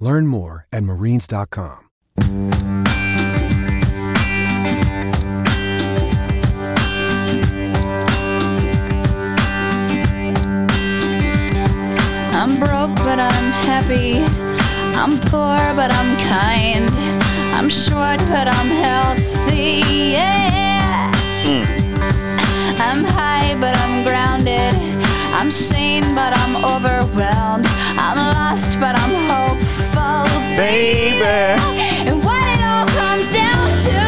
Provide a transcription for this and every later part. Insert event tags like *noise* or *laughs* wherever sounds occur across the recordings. Learn more at marines.com. I'm broke, but I'm happy. I'm poor, but I'm kind. I'm short, but I'm healthy. Yeah. I'm high, but I'm grounded. I'm sane, but I'm overwhelmed. I'm lost, but I'm hopeful. Baby. And what it all comes down to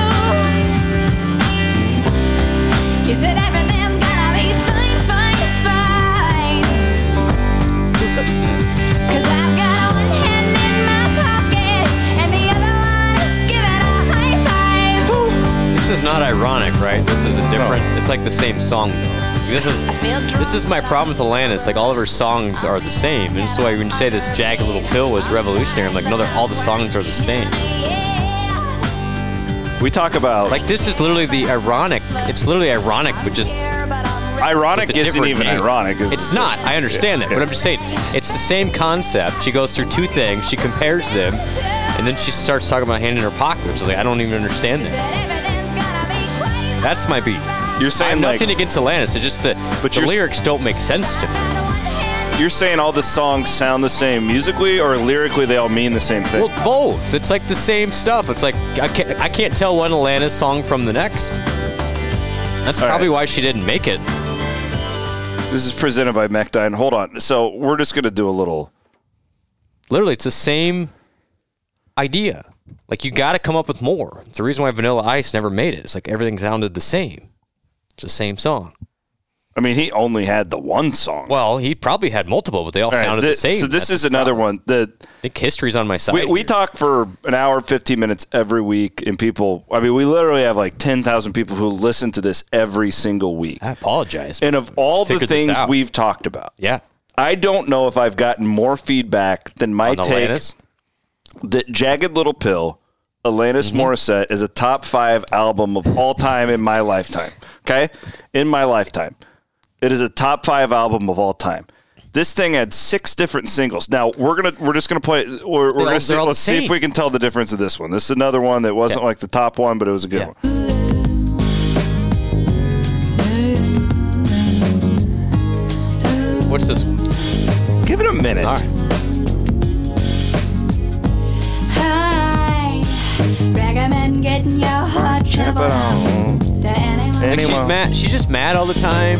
is that everything's gonna be fine, fine, fine. uh, Cause I've got one hand in my pocket, and the other one is giving a high five. This is not ironic, right? This is a different. It's like the same song. though. This is feel drunk, this is my problem with Alanis. Like all of her songs are the same, and so when you say this jagged little pill was revolutionary, I'm like, no, they're all the songs are the same. Yeah. We talk about Like this is literally the ironic. It's literally ironic, but just Here, but I'm ready. ironic with a isn't different even name. ironic. is It's it? not. I understand Yeah, that, but yeah. I'm just saying it's the same concept. She goes through two things. She compares them, and then she starts talking about hand in her pocket, which is like I don't even understand that. That everything's gonna be quite That's my beef. You're I have saying like nothing against Alanis. It's just the, But the you're s- lyrics don't make sense to me. you're saying all the songs sound the same musically or lyrically. They all mean the same thing. Well, both. It's like the same stuff. It's like I can't, I can't tell one Alanis song from the next. That's All right. probably why she didn't make it. this is presented by MacDine. Hold on. So we're just gonna do a little. Literally, it's the same idea. Like you got to come up with more. It's the reason why Vanilla Ice never made it. It's like everything sounded the same. It's the same song. I mean, he only had the one song. Well, he probably had multiple, but they all, All right, sounded thi- the same. So this That's- is another one that I think history's on my side. we, we here. talk for an hour, 15 minutes every week, and people, I mean, we literally have like 10,000 people who listen to this every single week. I apologize. And of all the Figured this things out. we've talked about, yeah, I don't know if I've gotten more feedback than my on take Alanis. that Jagged Little Pill, Alanis Mm-hmm. Morissette, is a top five album of all time in my lifetime. Okay? In my lifetime. It is a top five album of all time. This thing had six different singles. Now we're gonna we're just gonna play. We're, we're all- gonna see, they're all the let's see if same. we can tell the difference of this one. This is another one that wasn't Yeah. like the top one, but it was a good Yeah. one. What's this? Give it a minute. All right. Hi, recommend getting your heart but, trouble to anyone. And She's Anyone- mad. She's just mad all the time.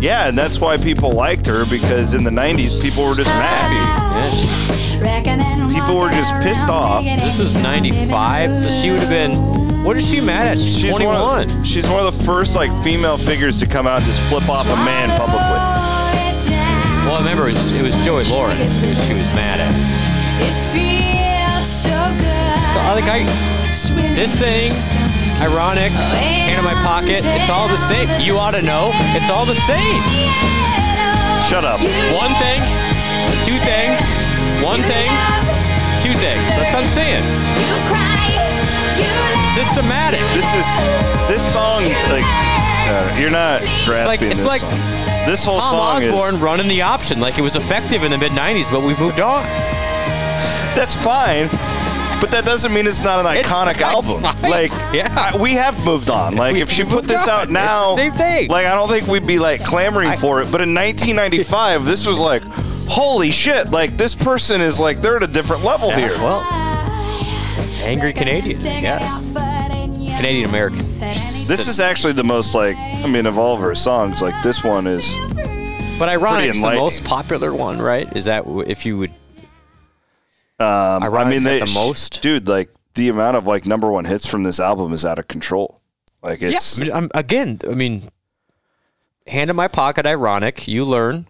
Yeah, and that's why people liked her because in the '90s people were just mad. Yeah, she- Recommend People were just walking pissed around off. naked This and is 95, so she would have been. What is she mad at? She's, She's 21. one. Of, she's one of the first like female figures to come out and just flip off a man publicly. it down. well, I remember it was, it was Joey Lawrence who she was mad at. It feels so good. I think I, this thing, ironic, hand in my pocket, it's all the same. You ought to know, it's all the same. Shut up. One thing, two things, one thing, two everything. That's what I'm saying. You cry, you laugh. Systematic. This is this song. Like uh, you're not grasping it's this like song. This whole Tom song Osborne is running the option like it was effective in the mid '90s, but we've moved on. that's fine, but that doesn't mean it's not an It's iconic fine, album. it's fine. Like Yeah. I- we have moved on. Like We- if she we put moved this on. out It's now, the same thing. Like I don't think we'd be like clamoring for it. But in 1995, this was like, holy shit! Like this person is like they're at a different level Yeah, here. Well, angry Canadian, I guess. Canadian American. This is actually the most like I mean of all of her songs. Like this one is But Pretty ironic, it's the enlightening. most popular one, right? Is that w- if you would? Um, I mean, they, the most. dude. Like the amount of like number one hits from this album is out of control. Like Yeah, it's I mean, I'm, again, I mean, hand in my pocket, ironic. You learn.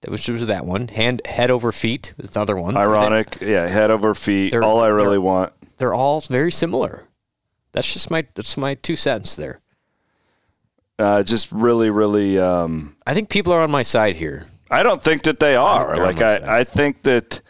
That was was that one. Hand, head over feet is another one. ironic. yeah, head over feet. They're- all I really they're- want. They- They're all very similar. That's just my that's my two cents there. Uh, just really, really. Um, I think people are on my side here. I don't think that they are. they're like almost I, I think that.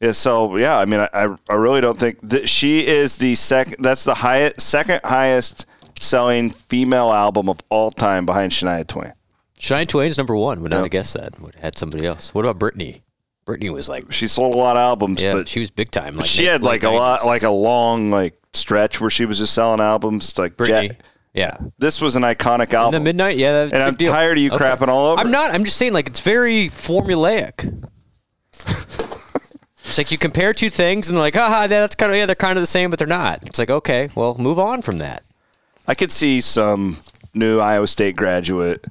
Yeah, so yeah, I mean, I, I- I really don't think that she is the second. That's the highest, second highest selling female album of all time behind Shania Twain. Shania Twain's number one. Would not Yep. have guessed that. Would have had somebody else. What about Britney? Britney was like, She sold a lot of albums, yeah, but she was big time. Like she late- had like late a lot, 90s. like a long like stretch where she was just selling albums. Like Britney. Jack- yeah, this was an iconic In the album. midnight, yeah. that's a And big I'm deal. tired of you crapping all over I'm it. not. I'm just saying, like, it's very *laughs* formulaic. it's like you compare two things, and they're like, haha, that's kind of yeah, they're kind of the same, but they're not. It's like, okay, well, move on from that. I could see some new Iowa State graduate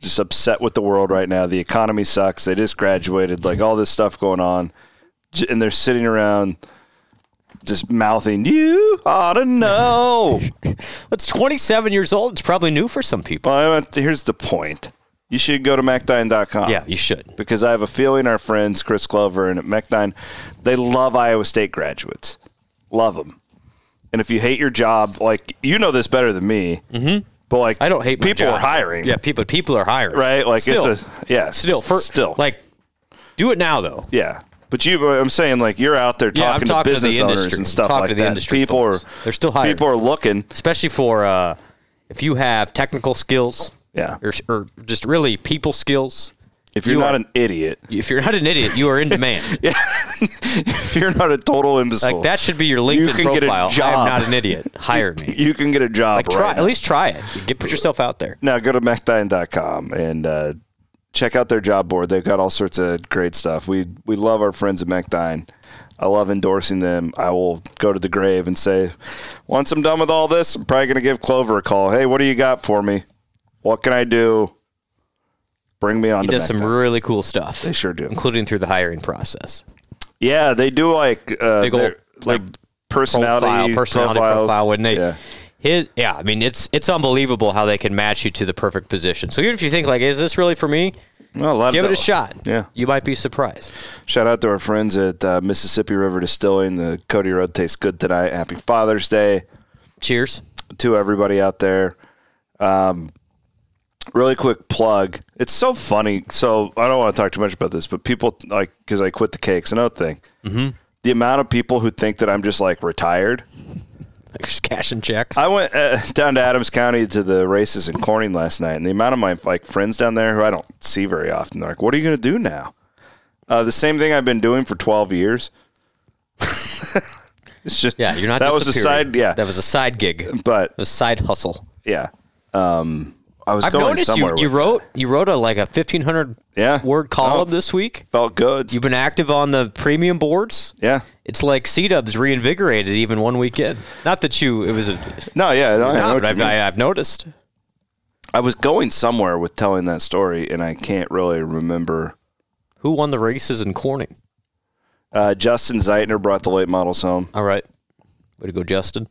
just upset with the world right now. The economy sucks. They just graduated, like all this stuff going on, J- and they're sitting around just mouthing, "You ought *laughs* to know." It's 27 years old. It's probably new for some people. well, I want- here's the point: you should go to MacDine.com. yeah, you should. because I have a feeling our friends Chris Glover and at McDine, they love Iowa State graduates, love them. And if you hate your job, like you know this better than me, mm-hmm. but like I don't hate my people job. are hiring, Yeah, people people are hiring. right? Like still, it's a yeah, still, for, still like, do it now though. yeah. But you, I'm saying like you're out there Yeah, I'm talking, talking to to the business owners industry. and stuff I'm talking like to the that. industry people are folks. They're still hiring. People are looking. especially for uh, if you have technical skills, Yeah. or, or just really people skills. If you're You not are- an idiot, *laughs* If you're not an idiot, you are in demand. if you're not a total imbecile, Like that should be your You LinkedIn can get a profile. job. I am not an idiot. Hire me. *laughs* you can get a job. like try right at least try it. Get put yourself out there. Now go to MacDine.com and uh, check out their job board. They've got all sorts of great stuff. We we love our friends at MacDine. I love endorsing them. I will go to the grave and say, once I'm done with all this, I'm probably going to give Clover a call. Hey, what do you got for me? What can I do? Bring me on He to does some MacDine. really cool stuff. They sure do. including through the hiring process. yeah, they do like uh, Big old, their- their like, personality profile, personality profiles. profile, wouldn't they? Yeah. His, yeah, I mean it's it's unbelievable how they can match you to the perfect position. So even if you think like, is this really for me? Well, a lot of Give it a those. shot. Yeah. you might be surprised. Shout out to our friends at uh, Mississippi River Distilling. The Cody Road tastes good tonight. Happy Father's Day. Cheers. *laughs* to everybody out there. Um, really quick plug. It's so funny. So I don't want to talk too much about this, but people like because I quit the cakes and oat thing. Mm-hmm. The amount of people who think that I'm just like retired. Like just cashing checks. I went uh, down to Adams County to the races in Corning last night, and the amount of my like friends down there who I don't see very often, they're like, "What are you going to do now?" Uh, the same thing I've been doing for 12 years. *laughs* it's just yeah, you're not. That was a disappearing. side. Yeah, that was a side *laughs* gig, but a side hustle. yeah. Um, I was I've going noticed somewhere. you, you with wrote you wrote a like a fifteen hundred Yeah. Oh. word column this week. felt good. You've been active on the premium boards. yeah. It's like C Dub's reinvigorated even one weekend. Not that you it was a No, yeah. No, I, know not, what but you I've, mean. I, have noticed. I was going somewhere with telling that story, and I can't really remember. Who won the races in Corning? Uh, Justin Zeitner brought the late models home. All right. Way to go, Justin.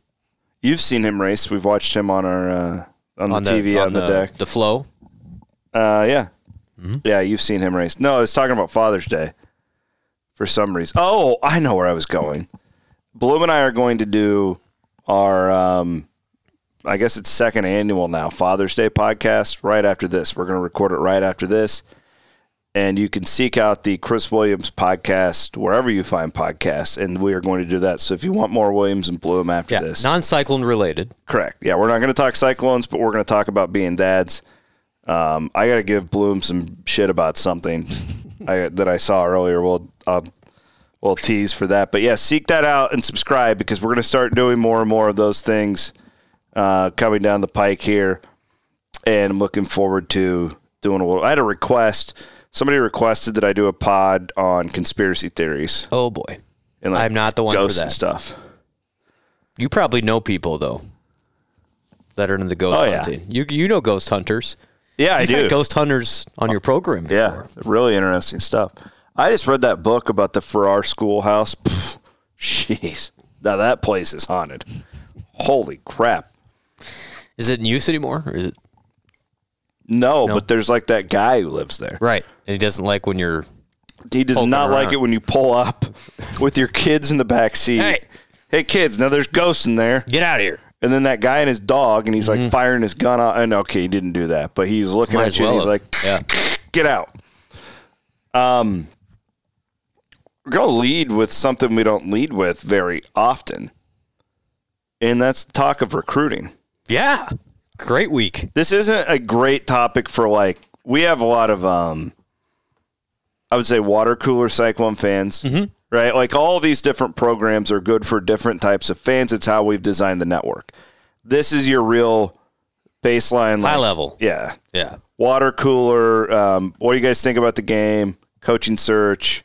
You've seen him race. We've watched him on our uh, on, the, TV on, the, deck. The flow. Uh, yeah, yeah. You've seen him race. No, I was talking about Father's Day for some reason. Oh, I know where I was going. Bloom and I are going to do our, um, I guess it's second annual now Father's Day podcast. Right after this, we're going to record it right after this, And you can seek out the Chris Williams podcast wherever you find podcasts. And we are going to do that. So if you want more Williams and Bloom after Yeah, this, non-cyclone related. Correct. Yeah, we're not going to talk cyclones, but we're going to talk about being dads. Um, I got to give Bloom some shit about something *laughs* I, that I saw earlier. We'll I'll, we'll tease for that, but yeah, seek that out and subscribe because we're going to start doing more and more of those things uh, coming down the pike here, and I'm looking forward to doing a little. I had a request. Somebody requested that I do a pod on conspiracy theories Oh boy, and like I'm not the one for ghosts and that. stuff. you probably know people though that are into the ghost Oh, yeah. hunting. You you know ghost hunters. Yeah, I You've do. Oh, had ghost hunters on your program. Before. Yeah, really interesting stuff. I just read that book about the Farrar Schoolhouse. Pff, Jeez, now that place is haunted. Holy crap! Is it in use anymore? Or is it No, but there's like that guy who lives there. right? And he doesn't like when you're He does Poking not like around. it when you pull up with your kids in the back seat. Hey. Hey, kids! Now there's ghosts in there, get out of here. and then that guy and his dog, and he's like firing his gun. Out. And okay, he didn't do that, but he's Mm-hmm. looking Might at as you. and well. he's like, yeah. *laughs* get out. Um, we're gonna lead with something we don't lead with very often, and that's talk of recruiting. Yeah. Great week. This isn't a great topic for like we have a lot of um, I would say water cooler cyclone fans, Mm-hmm. right? Like all these different programs are good for different types of fans. It's how we've designed the network. This is your real baseline, High like- level. yeah Yeah. water cooler. Um, what do you guys think about the game? Coaching search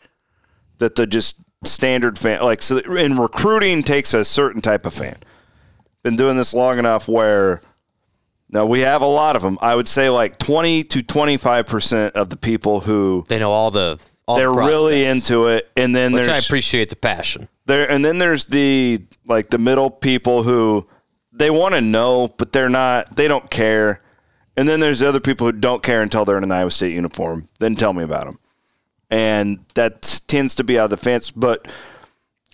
that the just standard fan like so in recruiting takes a certain type of fan. Been doing this long enough where now we have a lot of them. I would say like twenty to twenty five percent of the people who They know all the all the they're really prospects, into it, and then which I there's appreciate the passion. there and then there's the like the middle people who they want to know but they're not they don't care and then there's the other people who don't care until they're in an iowa state uniform then tell me about them and that tends to be out of the fence but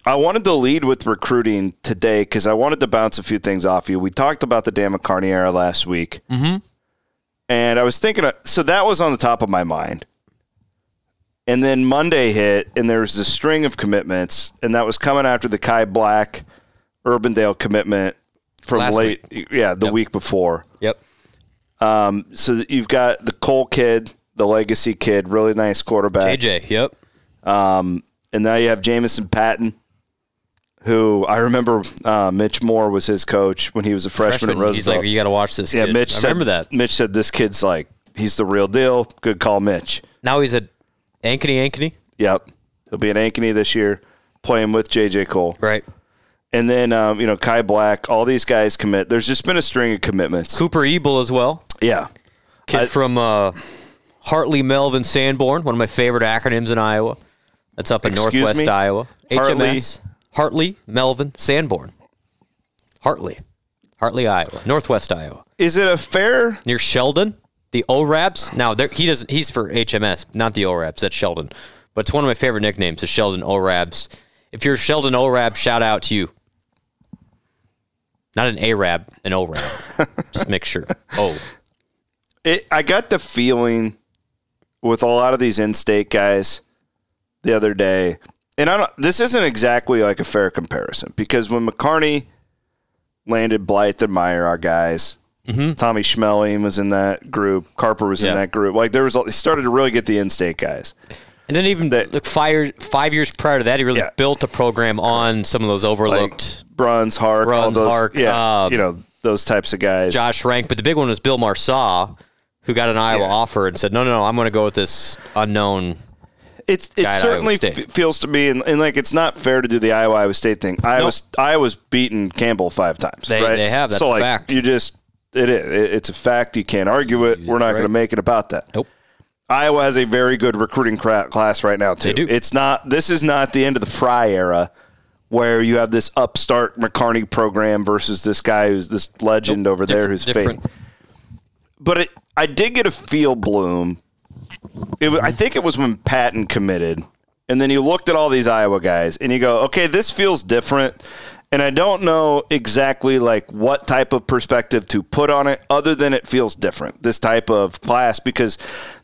i wanted to lead with recruiting today because i wanted to bounce a few things off you we talked about the dan mccartney era last week mm-hmm. and i was thinking of, so that was on the top of my mind and then Monday hit, and there was this string of commitments, and that was coming after the Kai Black Urbandale commitment from Last late, yeah, the week before. Yep. So that you've got the Cole kid, the legacy kid, really nice quarterback, AJ. Yep. and now you have Jamison Patton, who I remember uh, Mitch Moore was his coach when he was a freshman, at he's Roosevelt. like, you got to watch this. yeah, kid." Mitch. I remember said, that. Mitch said this kid's like he's the real deal. Good call, Mitch. Now he's at Ankeny Ankeny. Yep, he'll be in Ankeny this year, playing with JJ Cole. Right. And then um, you know Kai Black, all these guys commit. There's just been a string of commitments. Cooper Ebel as well. Yeah, Kid I- from uh, Hartley Melvin Sanborn, one of my favorite acronyms in Iowa. That's up in Excuse Northwest me? Iowa. Hartley- HMS. Hartley Melvin Sanborn. Hartley. Hartley, Iowa. Northwest Iowa. is it a fair? near Sheldon. The ORABs. Now there, he doesn't. He's for HMS, not the ORABs. That's Sheldon. But it's one of my favorite nicknames, the Sheldon ORABs. If you're Sheldon ORAB, shout out to you. Not an ARAB, an *laughs* ORAB. Just make sure. Oh, It, I got the feeling with a lot of these in-state guys the other day, and I don't. This isn't exactly like a fair comparison because when McCarney landed Blythe and Meyer, our guys, Tommy Schmeling was in that group, Carper was in Mm-hmm. Yeah. that group. Like there was, a- he started to really get the in-state guys. and then even That- look, five, five years prior to that, he really Yeah. built a program on some of those overlooked Bruns, Hark, all Bruns, those, Hark, yeah, um, you know those types of guys. Josh Rank. But the big one was Bill Marsaw, who got an Iowa Yeah. offer and said, "No, no, no, I'm going to go with this unknown." It's it at Iowa certainly State. f- feels to me, and, and like it's not fair to do the Iowa Iowa State thing. Iowa's Iowa's beaten Campbell five times. They- right? they have. That's so a like fact. you just it is It- it's a fact. You can't argue it. We're not going to make it about that. Nope. Iowa has a very good recruiting cra- class right now too. They do. It's not. This is not the end of the Fry era. Where you have this upstart McCarney program versus this guy who's this legend over there Different- who's different- fading. But it, I did get a feel bloom it, wa- I think it was when Patton committed, and then you looked at all these Iowa guys, and you go, "Okay, this feels different." And I don't know exactly like what type of perspective to put on it, other than it feels different. This type of class because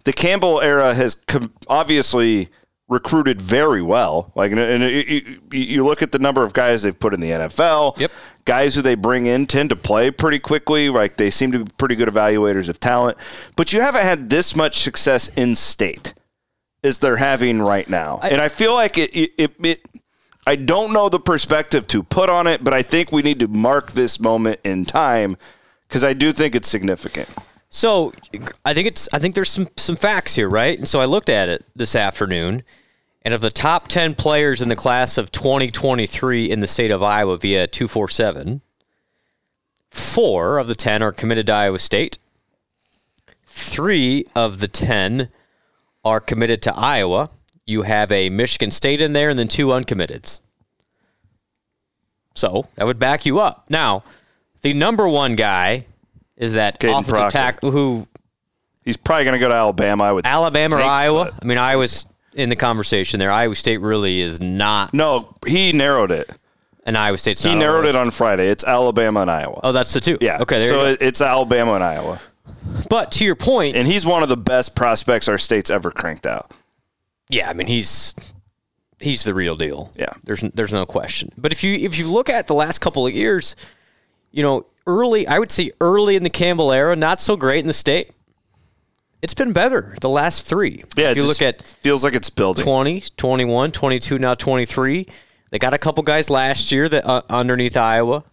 the Campbell era has com- obviously recruited very well. Like, and, and it- you, you- you look at the number of guys they've put in the NFL. Yep. Guys who they bring in tend to play pretty quickly. Like they seem to be pretty good evaluators of talent. But you haven't had this much success in state as they're having right now, and I feel like it. It. it, it I don't know the perspective to put on it, but I think we need to mark this moment in time because I do think it's significant. So I think it's I think there's some some facts here, right? And so I looked at it this afternoon, and of the top ten players in the class of 2023 in the state of Iowa via 247, four of the ten are committed to Iowa State. Three of the ten are committed to Iowa. You have a Michigan State in there, and then two uncommitteds. So that would back you up. Now, the number one guy is that Caden offensive Proctor. tackle who He's probably going to go to Alabama. I would. Alabama or think, Iowa? but- I mean, Iowa's in the conversation there. Iowa State really is not, No, he narrowed it. and Iowa State's He not. narrowed always. it on Friday. It's Alabama and Iowa. Oh, that's the two. yeah. Okay. There so you go. it- it's Alabama and Iowa, but to your point, and he's one of the best prospects our state's ever cranked out. yeah. I mean, he's he's the real deal. Yeah. There's there's no question. But if you if you look at the last couple of years, you know, early I would say early in the Campbell era, not so great in the state. It's been better the last three. Yeah. If it you just look at feels like it's building. 20, 21, 22, now 23. They got a couple guys last year that uh, underneath Iowa.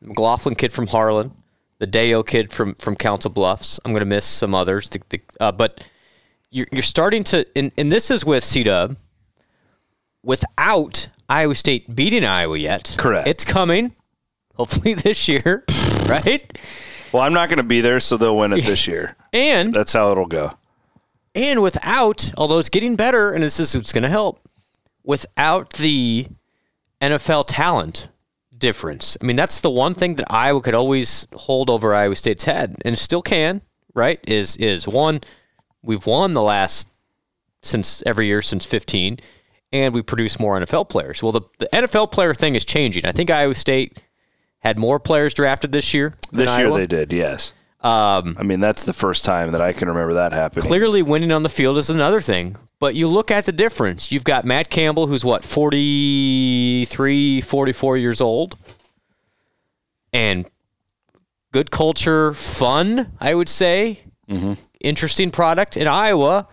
McLaughlin kid from Harlan, the Deo kid from from Council Bluffs. I'm going to miss some others, the, the, uh, but you're, you're starting to, and, and this is with C Dub, without Iowa State beating Iowa yet. Correct. It's coming, hopefully *laughs* this year, right? Well, I'm not going to be there, so *laughs* they'll win it this year. And That's how it'll go. and without, although it's getting better, and this is what's going to help, without the NFL talent difference. I mean, that's the one thing that Iowa could always hold over Iowa State's head, and still can. Right? Is is one? We've won the last since every year since 15, and we produce more NFL players. Well, the, the NFL player thing is changing. I think Iowa State had more players drafted this year. than This year Iowa. they did. Yes. Um, I mean, that's the first time that I can remember that happening. clearly winning on the field is another thing. But you look at the difference. You've got Matt Campbell, who's what, 43, 44 years old. And good culture, fun, I would say. Interesting product. In Iowa,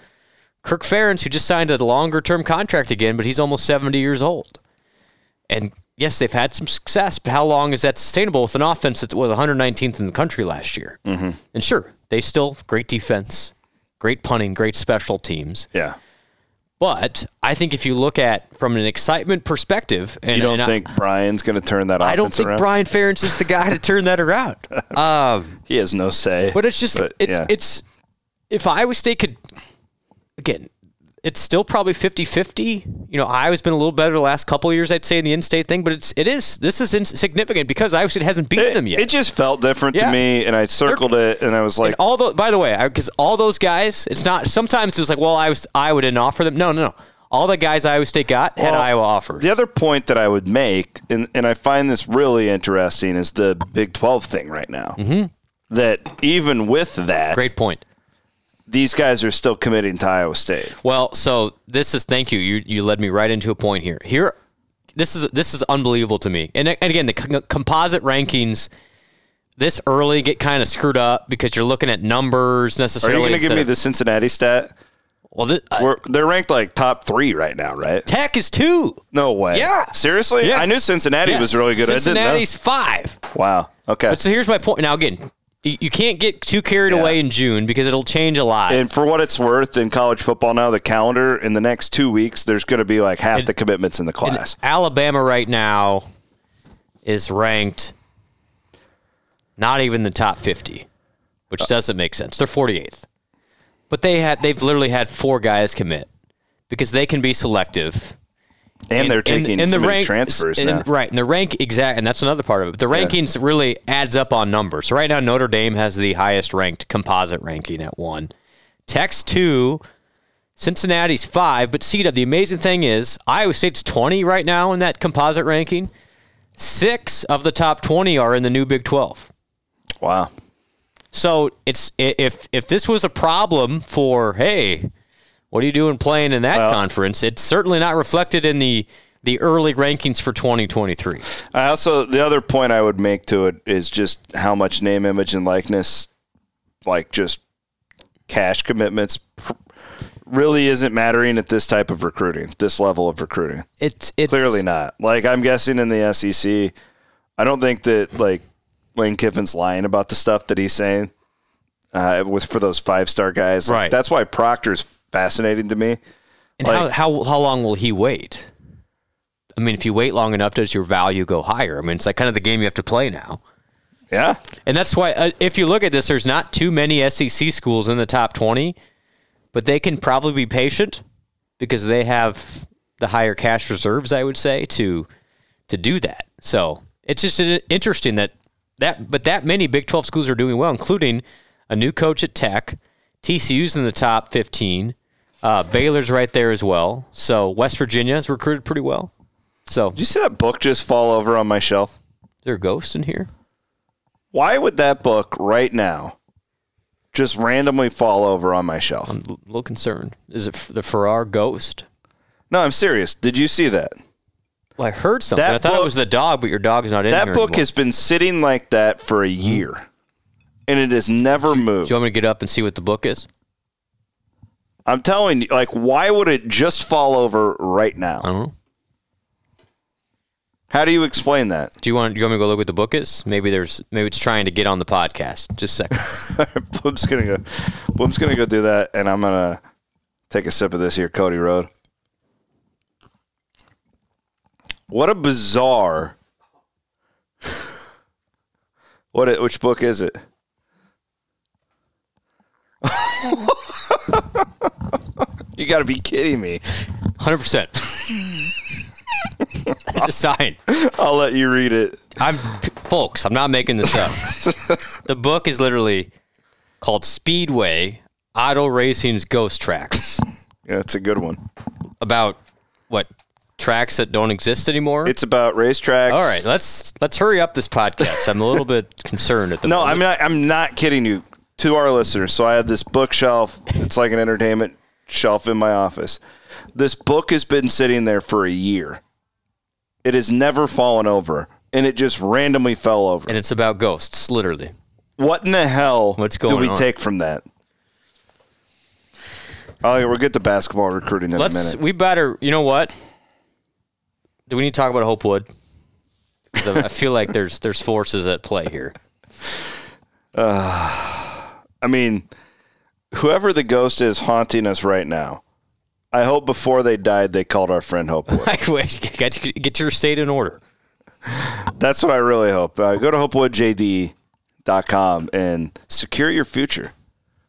Kirk Ferentz, who just signed a longer term contract again, but he's almost 70 years old. And yes, they've had some success, but how long is that sustainable with an offense that was 119th in the country last year? Mm-hmm. And sure, they still great defense, great punting, great special teams. Yeah. But I think if you look at from an excitement perspective, and You don't and I- think Brian's going to turn that offense I, don't think around? Brian Ferentz is the guy to turn that *laughs* around. he has no say. But it's just But, it's yeah. it's if Iowa State could again, it's still probably 50-50. You know, Iowa's been a little better the last couple of years, I'd say, in the in-state thing. But it's it is this is insignificant because Iowa State hasn't beaten them yet. It just felt different Yeah. to me, and I circled it, and I was like, And all the by the way, because all those guys, it's not. Sometimes it's like, well, I was Iowa didn't offer them. No, no, no. All the guys Iowa State got had Well, Iowa offered. The other point that I would make, and, and I find this really interesting, is the Big 12 thing right now. Mm-hmm. That even with that, Great point. these guys are still committing to Iowa State. Well, so this is thank you. You you led me right into a point here. Here, this is this is unbelievable to me. And, and again, the co- composite rankings this early get kind of screwed up because you're looking at numbers Are you necessarily. going to give instead me of- the Cincinnati stat? Well, thi- uh, We're, they're ranked like top three right now, right? Tech is two. No way. Yeah. Seriously? Yeah. I knew Cincinnati Yes. was really good. Cincinnati's five. I didn't know. Wow. Okay. But so here's my point. Now again, you, you can't get too carried Yeah. away in June because it'll change a lot. and for what it's worth, in college football now, the calendar in the next two weeks, there's going to be like half the commitments in the And class. Uh, Alabama right now is ranked not even the top 50, which doesn't make sense. They're 48th. But they had they've literally had four guys commit because they can be selective. And, they're taking and so many transfers and- now. Right, and the rank exact and that's another part of it. The rankings really adds up on numbers. So right now Notre Dame has the highest ranked composite ranking at 1. Tech's 2, Cincinnati's five, but CW, the amazing thing is Iowa State's 20 right now in that composite ranking. Six of the top 20 are in the new Big 12. Wow. So it's i- if if this was a problem for hey, what are you doing playing in that conference? It's certainly not reflected in the the early rankings for 2023. I also the other point I would make to it is just how much name, image, and likeness, like just cash commitments, pr- really isn't mattering at this type of recruiting, this level of recruiting. It's it's Clearly not. Like I'm guessing in the SEC, I don't think that like Lane Kiffin's lying about the stuff that he's saying uh, with for those five star guys. Like, Right. that's why Proctor's fascinating to me. And Like- how, how how long will he wait? I mean, if you wait long enough, does your value go higher? I mean, it's like kind of the game you have to play now. Yeah. And that's why, uh, if you look at this, there's not too many SEC schools in the top 20, but they can probably be patient because they have the higher cash reserves, I would say, to to do that. So it's just an- interesting that that, but that many Big 12 schools are doing well, including a new coach at Tech, TCU's in the top 15, uh, Baylor's right there as well. So West Virginia has recruited pretty well. So Did you see that book just fall over on my shelf? is there a ghost in here? Why would that book right now just randomly fall over on my shelf? I'm a little concerned. Is it f- the Farrar ghost? No, I'm serious. Did you see that? Well, I heard something. That I thought book- it was the dog, but your dog is not in That here book anymore. has been sitting like that for a year, and it has never moved. Mm-hmm. Do you want me to get up and see what the book is? I'm telling you, like, why would it just fall over right I now? don't know. How do you explain that? Do you want? Do you want me to go look what the book is? Maybe there's. Maybe it's trying to get on the podcast. Just a *laughs* second. Bloom's gonna go. Bloom's gonna go do that, and I'm gonna take a sip of this here, Cody Road. What a bizarre. What? It, which book is it? *laughs* you got to be kidding me! Hundred percent. *laughs* It's a sign. I'll let you read it. I'm, folks. I'm not making this *laughs* up. the book is literally called Speedway: Auto Racing's Ghost Tracks. Yeah, it's a good one. About what tracks that don't exist anymore. It's about racetracks. all right, let's let's hurry up this podcast. I'm a little bit concerned at the No, moment. I'm not. I'm not kidding you. To our listeners, so I have this bookshelf. It's like an entertainment shelf in my office. This book has been sitting there for a year. It has never fallen over, and it just randomly fell over. and it's about ghosts, literally. What in the hell? What's do going we on? take from that? All right, we'll get to basketball recruiting in a Let's. minute. We better. You know what? Do we need to talk about Hope Wood? 'Cause I I feel like there's there's forces at play here. *laughs* I mean, whoever the ghost is haunting us right now, I hope before they died they called our friend Hope. Wood. Like, wait, get, get your state in order. That's what I really hope. Uh, go to hopewoodjd.com and secure your future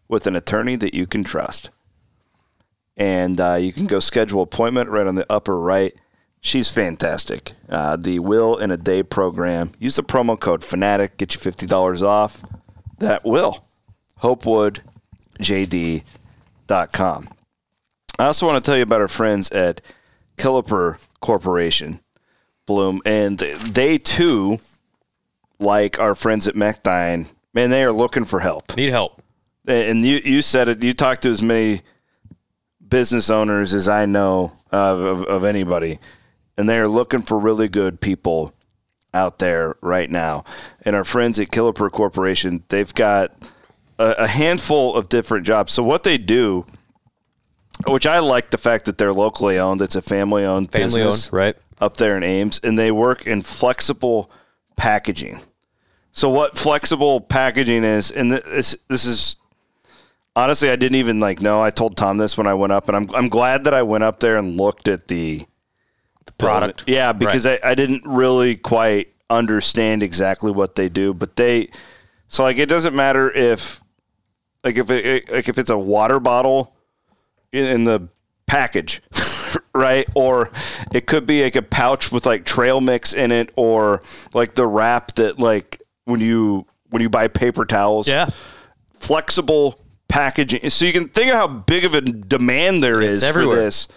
with an attorney that you can trust. And uh, you can go schedule appointment right on the upper right. She's fantastic. Uh, the Will in a Day program. Use the promo code Fanatic. Get you fifty dollars off. That will. HopewoodJD.com. I also want to tell you about our friends at Killiper Corporation. Bloom, and they too, like our friends at MacDine, man, they are looking for help. Need help. And you, you said it. You talked to as many business owners as I know of, of, of anybody, and they are looking for really good people out there right now. And our friends at Killiper Corporation, they've got a, a handful of different jobs. So what they do, which I like the fact that they're locally owned. It's a family owned Family business owned, right? up there in Ames, and they work in flexible packaging. So what flexible packaging is, and th- this this is honestly, I didn't even like know. I told Tom this when I went up, and I'm I'm glad that I went up there and looked at the the product. Yeah, because I, I didn't really quite understand exactly what they do, but they so like it doesn't matter if like if it like if it's a water bottle in, in the package, *laughs* right? Or it could be like a pouch with like trail mix in it, or like the wrap that like when you when you buy paper towels, flexible packaging. So you can think of how big of a demand there is everywhere. for this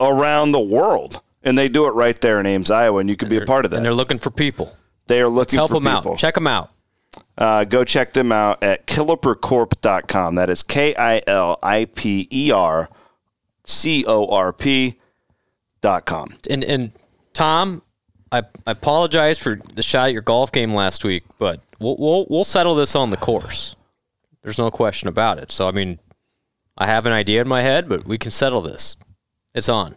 around the world. and they do it right there in Ames, Iowa, and you could be a part of And they're that. looking for people. They are looking Help for them people. out. Check them out. Uh, go check them out at killipercorp.com. That is K I L I P E R C O R P dot com. And and Tom, I, I apologize for the shot at your golf game last week, but we'll we'll, we'll settle this on the course. There's no question about it. So I mean, I have an idea in my head, but we can settle this. It's on.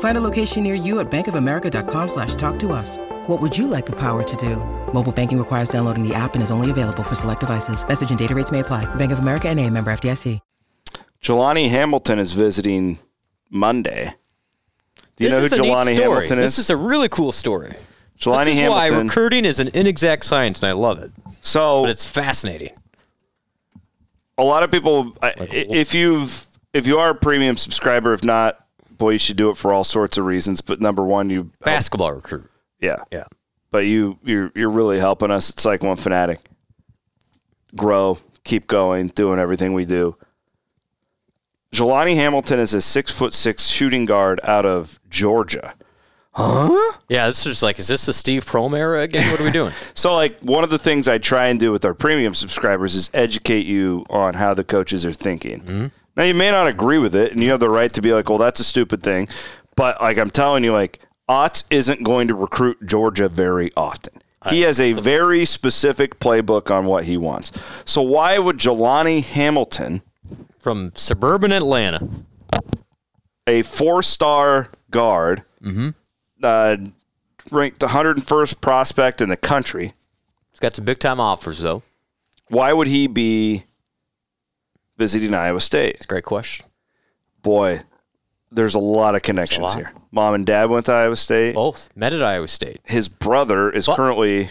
Find a location near you at bankofamerica.com slash talk to us. What would you like the power to do? Mobile banking requires downloading the app and is only available for select devices. Message and data rates may apply. Bank of America and a member FDIC. Jelani Hamilton is visiting Monday. Do you This is know a who neat Jelani story. Hamilton is? This is a really cool story. Jelani this is Hamilton. why recruiting is an inexact science, and I love it. so But it's fascinating. Oh. a lot of people I- i if you've if you are a premium subscriber if not boy you should do it for all sorts of reasons but number one you Basketball recruit. yeah Yeah. but you you're you're really helping us it's like one fanatic grow keep going doing everything we do Jelani Hamilton is a six foot six shooting guard out of Georgia. Yeah, this is like, is this the Steve Prohm era again? What are we *laughs* doing? So, like, one of the things I try and do with our premium subscribers is educate you on how the coaches are thinking. Now, you may not agree with it, and you have the right to be like, well, that's a stupid thing. But, like, I'm telling you, like, Otts isn't going to recruit Georgia very often. He has a very specific playbook on what he wants. So, why would Jelani Hamilton, From suburban Atlanta. a four star guard, uh, ranked 101st prospect in the country, He's got some big time offers, though. why would he be visiting Iowa State? Great question. Boy, there's a lot of connections lot. here. Mom and dad went to Iowa State. Both met at Iowa State. His brother is But- currently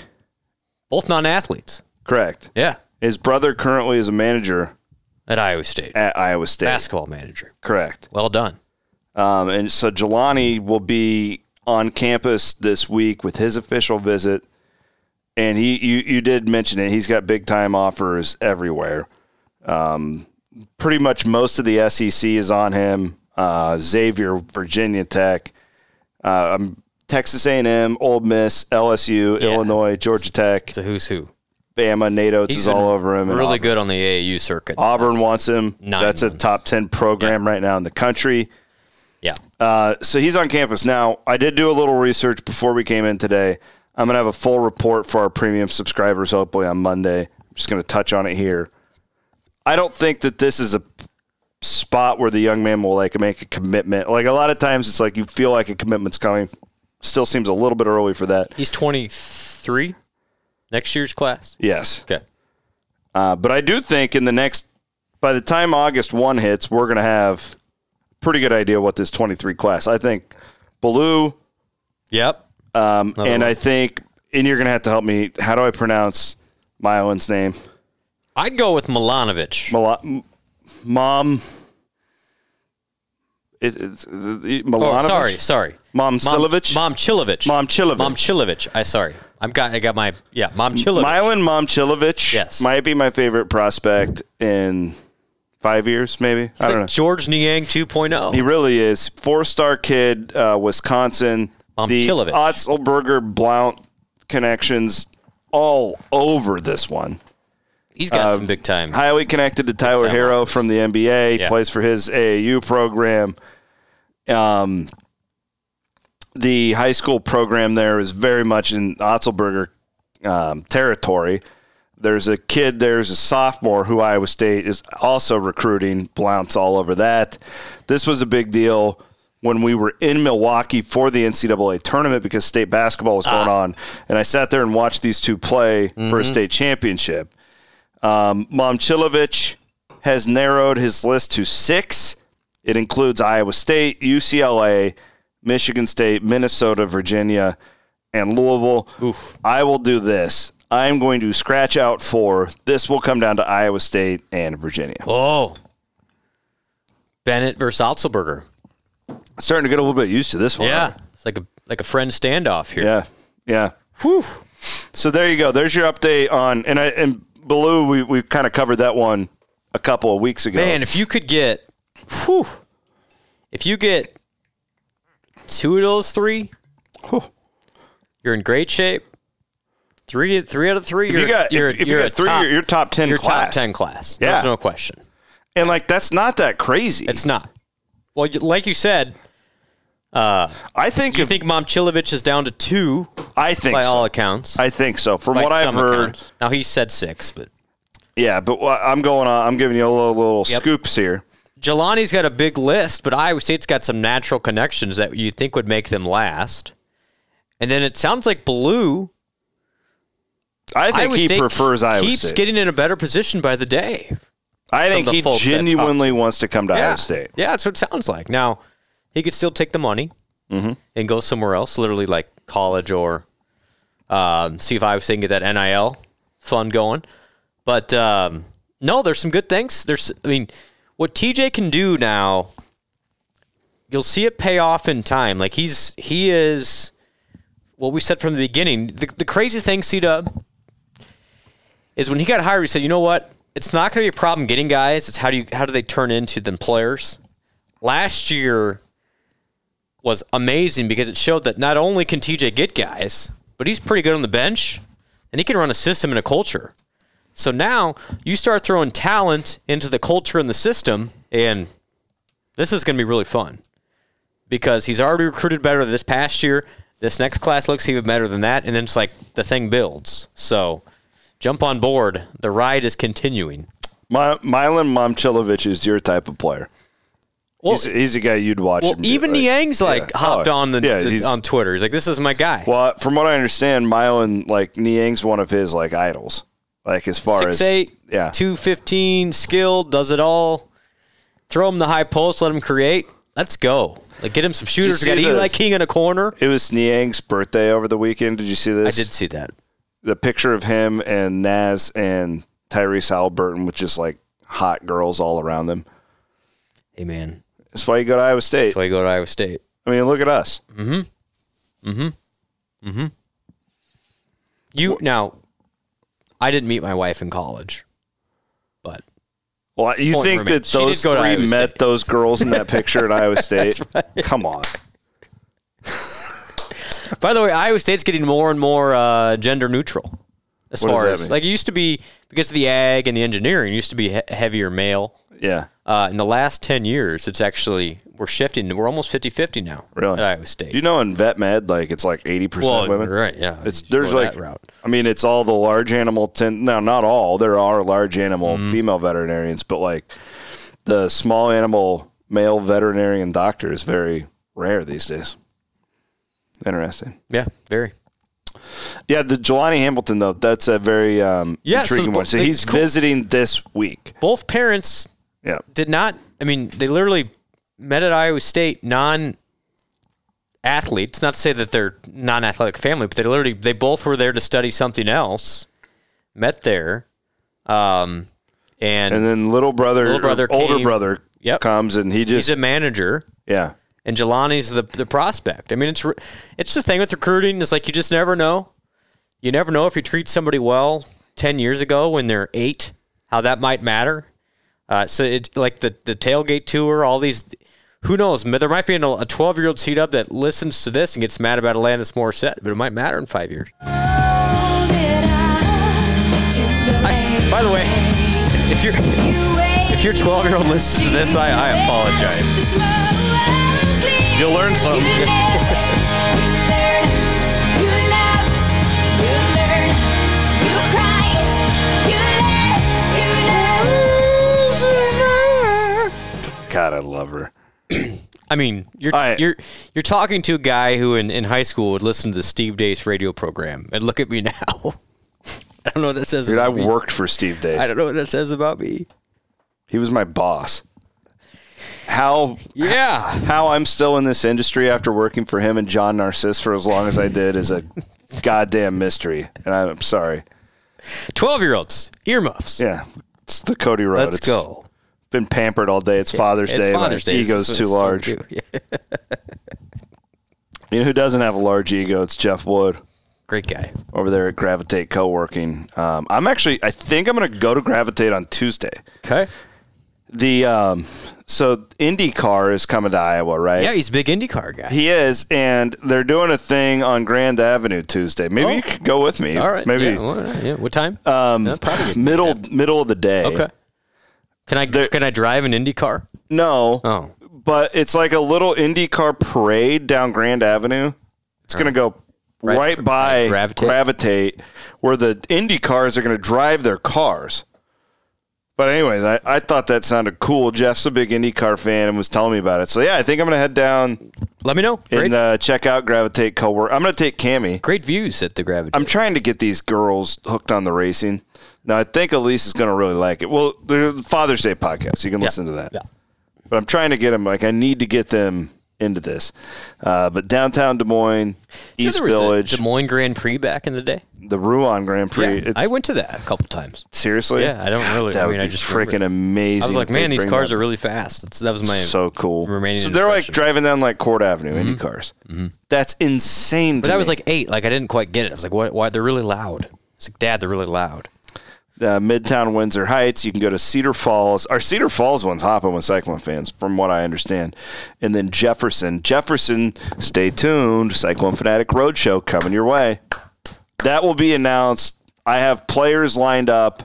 Both non athletes. correct. Yeah. His brother currently is a manager At Iowa State. at Iowa State. Basketball manager. Correct. Well done. Um, and so Jelani will be on campus this week with his official visit. And he, you, you did mention it. He's got big time offers everywhere. Um, pretty much most of the SEC is on him. Uh, Xavier, Virginia Tech, uh, um, Texas A&M, Old Miss, LSU, Yeah. Illinois, Georgia Tech, It's a who's who. Bama. Nate Oates is been all over him. and Really Auburn. good on the AAU circuit. Auburn wants him. Nine That's a months. top ten program right now in the country. Yeah. Uh, so he's on campus now. I did do a little research before we came in today. I'm gonna have a full report for our premium subscribers hopefully on Monday. I'm just gonna touch on it here. I don't think that this is a spot where the young man will like make a commitment. Like a lot of times, it's like you feel like a commitment's coming. Still seems a little bit early for that. He's 23 next year's class. Yes, Okay. uh, but I do think in the next, by the time August one hits, we're gonna have a pretty good idea what this 23 class. I think Baloo, Yep. Um, Another and one. I think, and you're gonna have to help me. How do I pronounce Mylan's name? I'd go with Milanovic. Mila- M- Mom. It, it's, it, Oh, Milanovic? sorry, sorry. Mom Silovich? Mom Chilovich. Momchilovich. Mom Chilovich. I sorry. I'm got I got my yeah, Mom Chilovich. Mylan Momchilovich. Yes. might be my favorite prospect in five years, maybe. I It's don't like know. George Niang oh. 2.0. He really is four-star kid, uh, Wisconsin. the Momchilovich. Otzelberger Blount connections all over this one. He's got uh, some big time. Um, highly connected to Tyler Tyler. Harrow from the NBA. Yeah. Plays for his AAU program. Um, the high school program there is very much in Otzelberger um, territory. There's a kid. There's a sophomore who Iowa State is also recruiting. Blounce all over that. This was a big deal when we were in Milwaukee for the NCAA tournament because state basketball Ah. was going on, and I sat there and watched these two play for Mm-hmm. a state championship. Um, Momchilovich has narrowed his list to six. It includes Iowa State, UCLA, Michigan State, Minnesota, Virginia, and Louisville. I will do this. I'm going to scratch out four. This will come down to Iowa State and Virginia. Oh. Bennett versus Otzelberger. Starting to get a little bit used to this one. Yeah. It's like a like a friend standoff here. Yeah. Yeah. So there you go. There's your update on and I and Baloo, we, we kind of covered that one a couple of weeks ago. Man, if you could get whew, if you get two of those three, you're in great shape. Three three out of three, if you're you got you're, if, if you you're got a three, top, you're, you're top ten you're class. top ten class. Yeah. There's no question. And like that's not that crazy. It's not. Well, you- like you said, I think you if, think Momchilovich is down to two I think by so. all accounts. I think so. From by what I've some heard, accounts. Now he said six, but yeah. But what I'm going on. I'm giving you a little, little Yep. scoops here. Jelani's got a big list, but Iowa State's got some natural connections that you think would make them last. And then it sounds like Blue I think Iowa he State prefers Iowa keeps State. getting in a better position by the day. I think the he folks that talk to genuinely wants to come to Iowa State. Yeah, that's what it sounds like. Now, he could still take the money and go somewhere else, literally like college or um, see if Iowa State can get that NIL fund going. But um, no, there's some good things. There's, I mean, what TJ can do now, you'll see it pay off in time. Like he's he is what we said from the beginning. The, the crazy thing, C Dub, is when he got hired, he said, you know what? It's not going to be a problem getting guys. It's how do you how do they turn into them players? Last year was amazing because it showed that not only can TJ get guys, but he's pretty good on the bench and he can run a system and a culture. So now you start throwing talent into the culture and the system, and this is going to be really fun because he's already recruited better this past year. This next class looks even better than that, and then it's like the thing builds. So jump on board. The ride is continuing. My, Milan Momchilovich is your type of player. Well, he's, he's a guy you'd watch. well him do, even like- Yang's like Yeah. hopped Oh, on the, yeah, the- he's- on Twitter. He's like, "This is my guy." Well, from what I understand, Milan like Niang's one of his like idols. Like as far Six as eight, yeah, two fifteen, skilled, does it all. Throw him the high post, let him create. Let's go. Like get him some you shooters. see We Got the- Eli King in a corner. It was Niang's birthday over the weekend. Did you see I this? did see that. The picture of him and Nas and Tyrese Halliburton with just like hot girls all around them. Hey man, That's why you go to Iowa State. that's why you go to Iowa State. I mean, look at us. You now, I didn't meet my wife in college, but Well, you Point think remains. She that did those go to three Iowa met State. those girls in that picture at *laughs* Iowa State? Come on. By the way, Iowa State's getting more and more uh, gender neutral. As What does far that as mean? like it used to be because of the ag and the engineering, it used to be he- heavier male. Yeah. Uh, in the last 10 years, it's actually, we're shifting. We're almost 50 50 now Really? at Iowa State. Do you know in vet med, like it's like 80% well, women? right, yeah. It's You should there's go like that route. I mean it's all the large animal ten no not all there are large animal Mm-hmm. female veterinarians but like the small animal male veterinarian doctor is very rare these days. Interesting. Yeah, very. Yeah, the Jelani Hamilton though that's a very um, Yeah, so intriguing the- one. So they- he's cool. visiting this week. Both parents Yeah, did not, I mean, they literally met at Iowa State non athletes. Not to say that they're non athletic family, but they literally, they both were there to study something else, met there. Um, and, and then little brother, Little brother or older came. brother Yep. comes and he he's just a manager. yeah. and Jelani's the the prospect. I mean, it's re- it's the thing with recruiting. It's like you just never know. You never know if you treat somebody well ten years ago when they're eight, how that might matter. Uh, so it like the the tailgate tour, all these. Who knows? There might be an, a 12 year old C dub that listens to this and gets mad about Alanis Morissette, but it might matter in five years. By the way, if you're if your 12 year old listens to this, I, I apologize. You'll learn some. God, I love her. I mean, you're I- you're you're talking to a guy who in, in high school would listen to the Steve Dace radio program, and look at me now. *laughs* I don't know what that says. Dude, I about me. worked for Steve Dace. I don't know what that says about me. He was my boss. How Yeah, how I'm still in this industry after working for him and John Narciss for as long as I did *laughs* is a goddamn mystery. And I'm sorry. twelve year olds earmuffs. Yeah. It's the Cody Road. Let's It's go. Been pampered all day. It's Father's It's Day. My Father's Day. Ego's That's too what- large. that's what we do. Yeah. You know who doesn't have a large ego? It's Jeff Wood Great guy. over there at Gravitate Co-working. Um, I'm actually, I think I'm going to go to Gravitate on Tuesday. Okay. The um, so IndyCar is coming to Iowa, right? Yeah, he's a big IndyCar guy. He is, and they're doing a thing on Grand Avenue Tuesday. Maybe Oh. you could go with me. All right. Maybe Yeah, all right, yeah. What time? Um, *laughs* middle middle of the day. Okay. Can I There- can I drive an IndyCar? No, Oh, but it's like a little IndyCar parade down Grand Avenue. It's gonna go right, by Gravitate? Gravitate, where the Indy cars are gonna drive their cars. But anyways, I, I thought that sounded cool. Jeff's a big IndyCar fan and was telling me about it. So yeah, I think I'm gonna head down let me know. Great, and uh, check out Gravitate Cowork. I'm gonna take Cammy. great views at the Gravity. I'm trying to get these girls hooked on the racing. Now I think Elise is going to really like it. Well, the Father's Day podcast, you can listen to that. Yeah. But I'm trying to get them. Like I need to get them into this. Uh, but downtown Des Moines, You know, East there was a Village, Des Moines Grand Prix back in the day. the Rouen Grand Prix. yeah, I went to that a couple times. seriously. Yeah, I don't really- That I would mean, be I just remember freaking it. amazing. I was like, if they man, these bring cars that are really fast. That's, that was my so cool. remaining So they're like impression. Mm-hmm. driving down like Court Avenue, Indy cars. That's insane. But to that was me. like eight. Like I didn't quite get it. I was like, what? Why they're really loud? It's like, Dad, they're really loud. uh, Midtown Windsor Heights. You can go to Cedar Falls. Our Cedar Falls one's hopping with cycling fans, from what I understand. And then Jefferson. Jefferson, stay tuned. Cyclone Fanatic Roadshow coming your way. That will be announced. I have players lined up.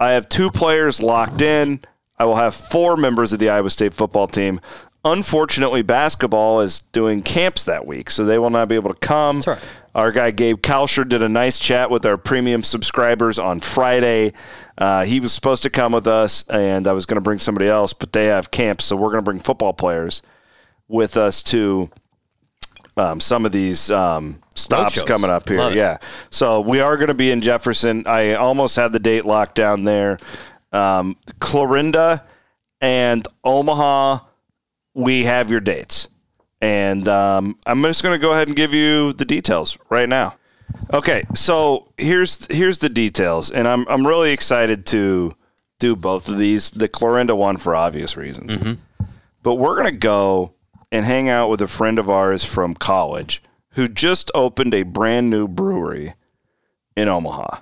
I have two players locked in. I will have four members of the Iowa State football team. Unfortunately, basketball is doing camps that week, so they will not be able to come. That's all right. Our guy Gabe Kalsher did a nice chat with our premium subscribers on Friday. Uh, he was supposed to come with us, and I was going to bring somebody else, but they have camps, so we're going to bring football players with us to um, some of these um, stops Roadshows. coming up here. Love it. yeah. So we are going to be in Jefferson. I almost had the date locked down there. Um, Clorinda and Omaha, we have your dates. And um, I'm just going to go ahead and give you the details right now. Okay, so here's here's the details, and I'm I'm really excited to do both of these. The Clorinda one for obvious reasons, Mm-hmm. but we're gonna go and hang out with a friend of ours from college who just opened a brand new brewery in Omaha,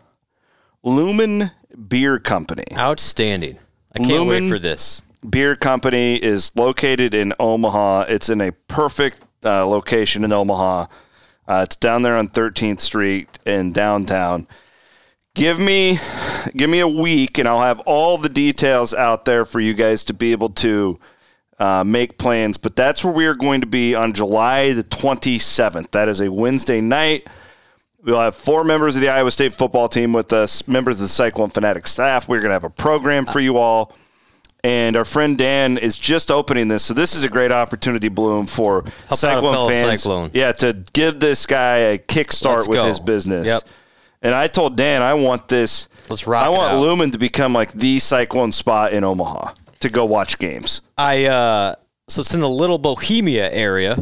Lumen Beer Company. Outstanding. I can't wait Lumen- for this. Beer Company is located in Omaha. It's in a perfect uh, location in Omaha. Uh, it's down there on 13th Street in downtown. Give me, give me a week, and I'll have all the details out there for you guys to be able to uh, make plans. But that's where we are going to be on July the 27th. That is a Wednesday night. We'll have four members of the Iowa State football team with us, members of the Cyclone Fanatic staff. We're going to have a program for you all and our friend Dan is just opening this, so this is a great opportunity, Bloom, for a fellow Cyclone fans. Cyclone. Yeah, to give this guy a kickstart Let's with go. his business. Yep. And I told Dan I want this. Let's rock I it want out. Lumen to become like the Cyclone spot in Omaha to go watch games. I uh, so it's in the little Bohemia area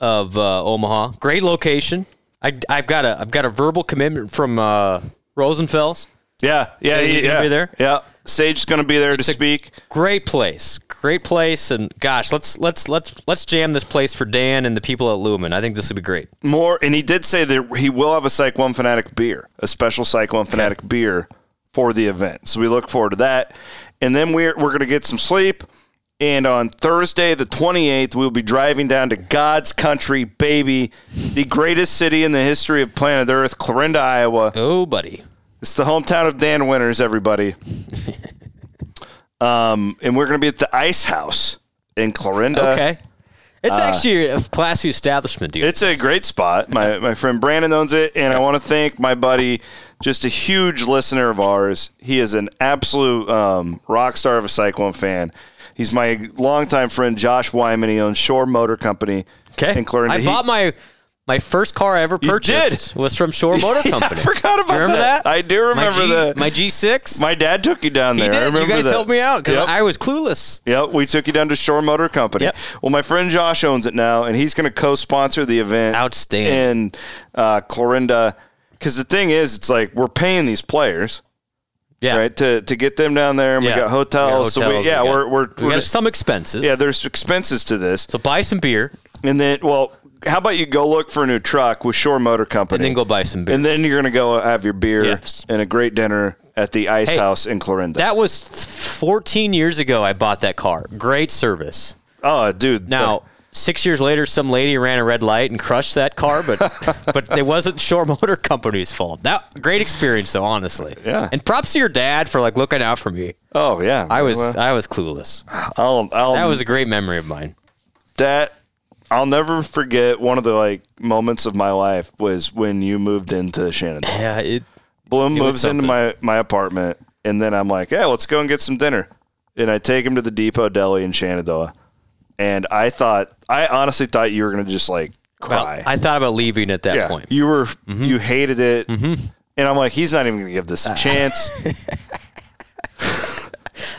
of uh, Omaha. Great location. I, I've got a I've got a verbal commitment from uh, Rosenfels. Yeah, yeah, Sage yeah. is gonna yeah. be there? Yeah, Sage is going to be there to a- speak. Great place, great place, and gosh, let's let's let's let's jam this place for Dan and the people at Lumen. I think this would be great. more and he did say that he will have a Psych One Fanatic beer, a special Psych One Fanatic beer for the event. So we look forward to that. And then we're we're gonna get some sleep. And on Thursday, the 28th, we'll be driving down to God's country, baby, the greatest city in the history of planet Earth, Clarinda, Iowa. Oh, buddy, It's the hometown of Dan Winters, everybody. um, and we're going to be at the Ice House in Clarinda. okay, it's actually a classy establishment, dude. uh, It's a great spot. My my friend Brandon owns it, and I want to thank my buddy, just a huge listener of ours. He is an absolute um, rock star of a Cyclone fan. He's my longtime friend Josh Wyman. He owns Shore Motor Company Okay. in Clarendon. I He- bought my my first car I ever You purchased was from Shore Motor *laughs* Yeah, I Company. forgot Do you about remember that. that. I do remember my G, that. My G6. My dad took you down he there. did. I remember you guys that. helped me out because Yep. I was clueless. Yep, we took you down to Shore Motor Company. Yep. Well, my friend Josh owns it now, and he's going to co-sponsor the event. Outstanding. in uh, Clorinda. Because the thing is, it's like we're paying these players Yeah. right to, to get them down there, and Yeah. we got hotels. so we, yeah, we got- are we're, we we're got just- some expenses. yeah. There's expenses to this, So buy some beer and then well, how about you go look for a new truck with Shore Motor Company, and then go buy some beer. and then you're going to go have your beer Yes. and a great dinner at the Ice Hey, House in Clorinda. that was 14 years ago I bought that car. Great service. oh, dude. Now, six years later, some lady ran a red light and crushed that car, *laughs* but but it wasn't Shore Motor Company's fault. That great experience, though, honestly. Yeah. And props to your dad for like looking out for me. oh yeah. I was Well, um, I was clueless. I'll, I'll, That was a great memory of mine. that I'll never forget one of the like moments of my life was when you moved into Shenandoah. Yeah. It, Bloom It was moves something. into my my apartment and then I'm like, "Yeah, let's go and get some dinner." And I take him to the Depot Deli in Shenandoah. And I thought I honestly thought you were going to just like well, cry. I thought about leaving at that yeah. point. You were Mm-hmm. you hated it. And I'm like, "He's not even going to give this Ah. *laughs* a chance."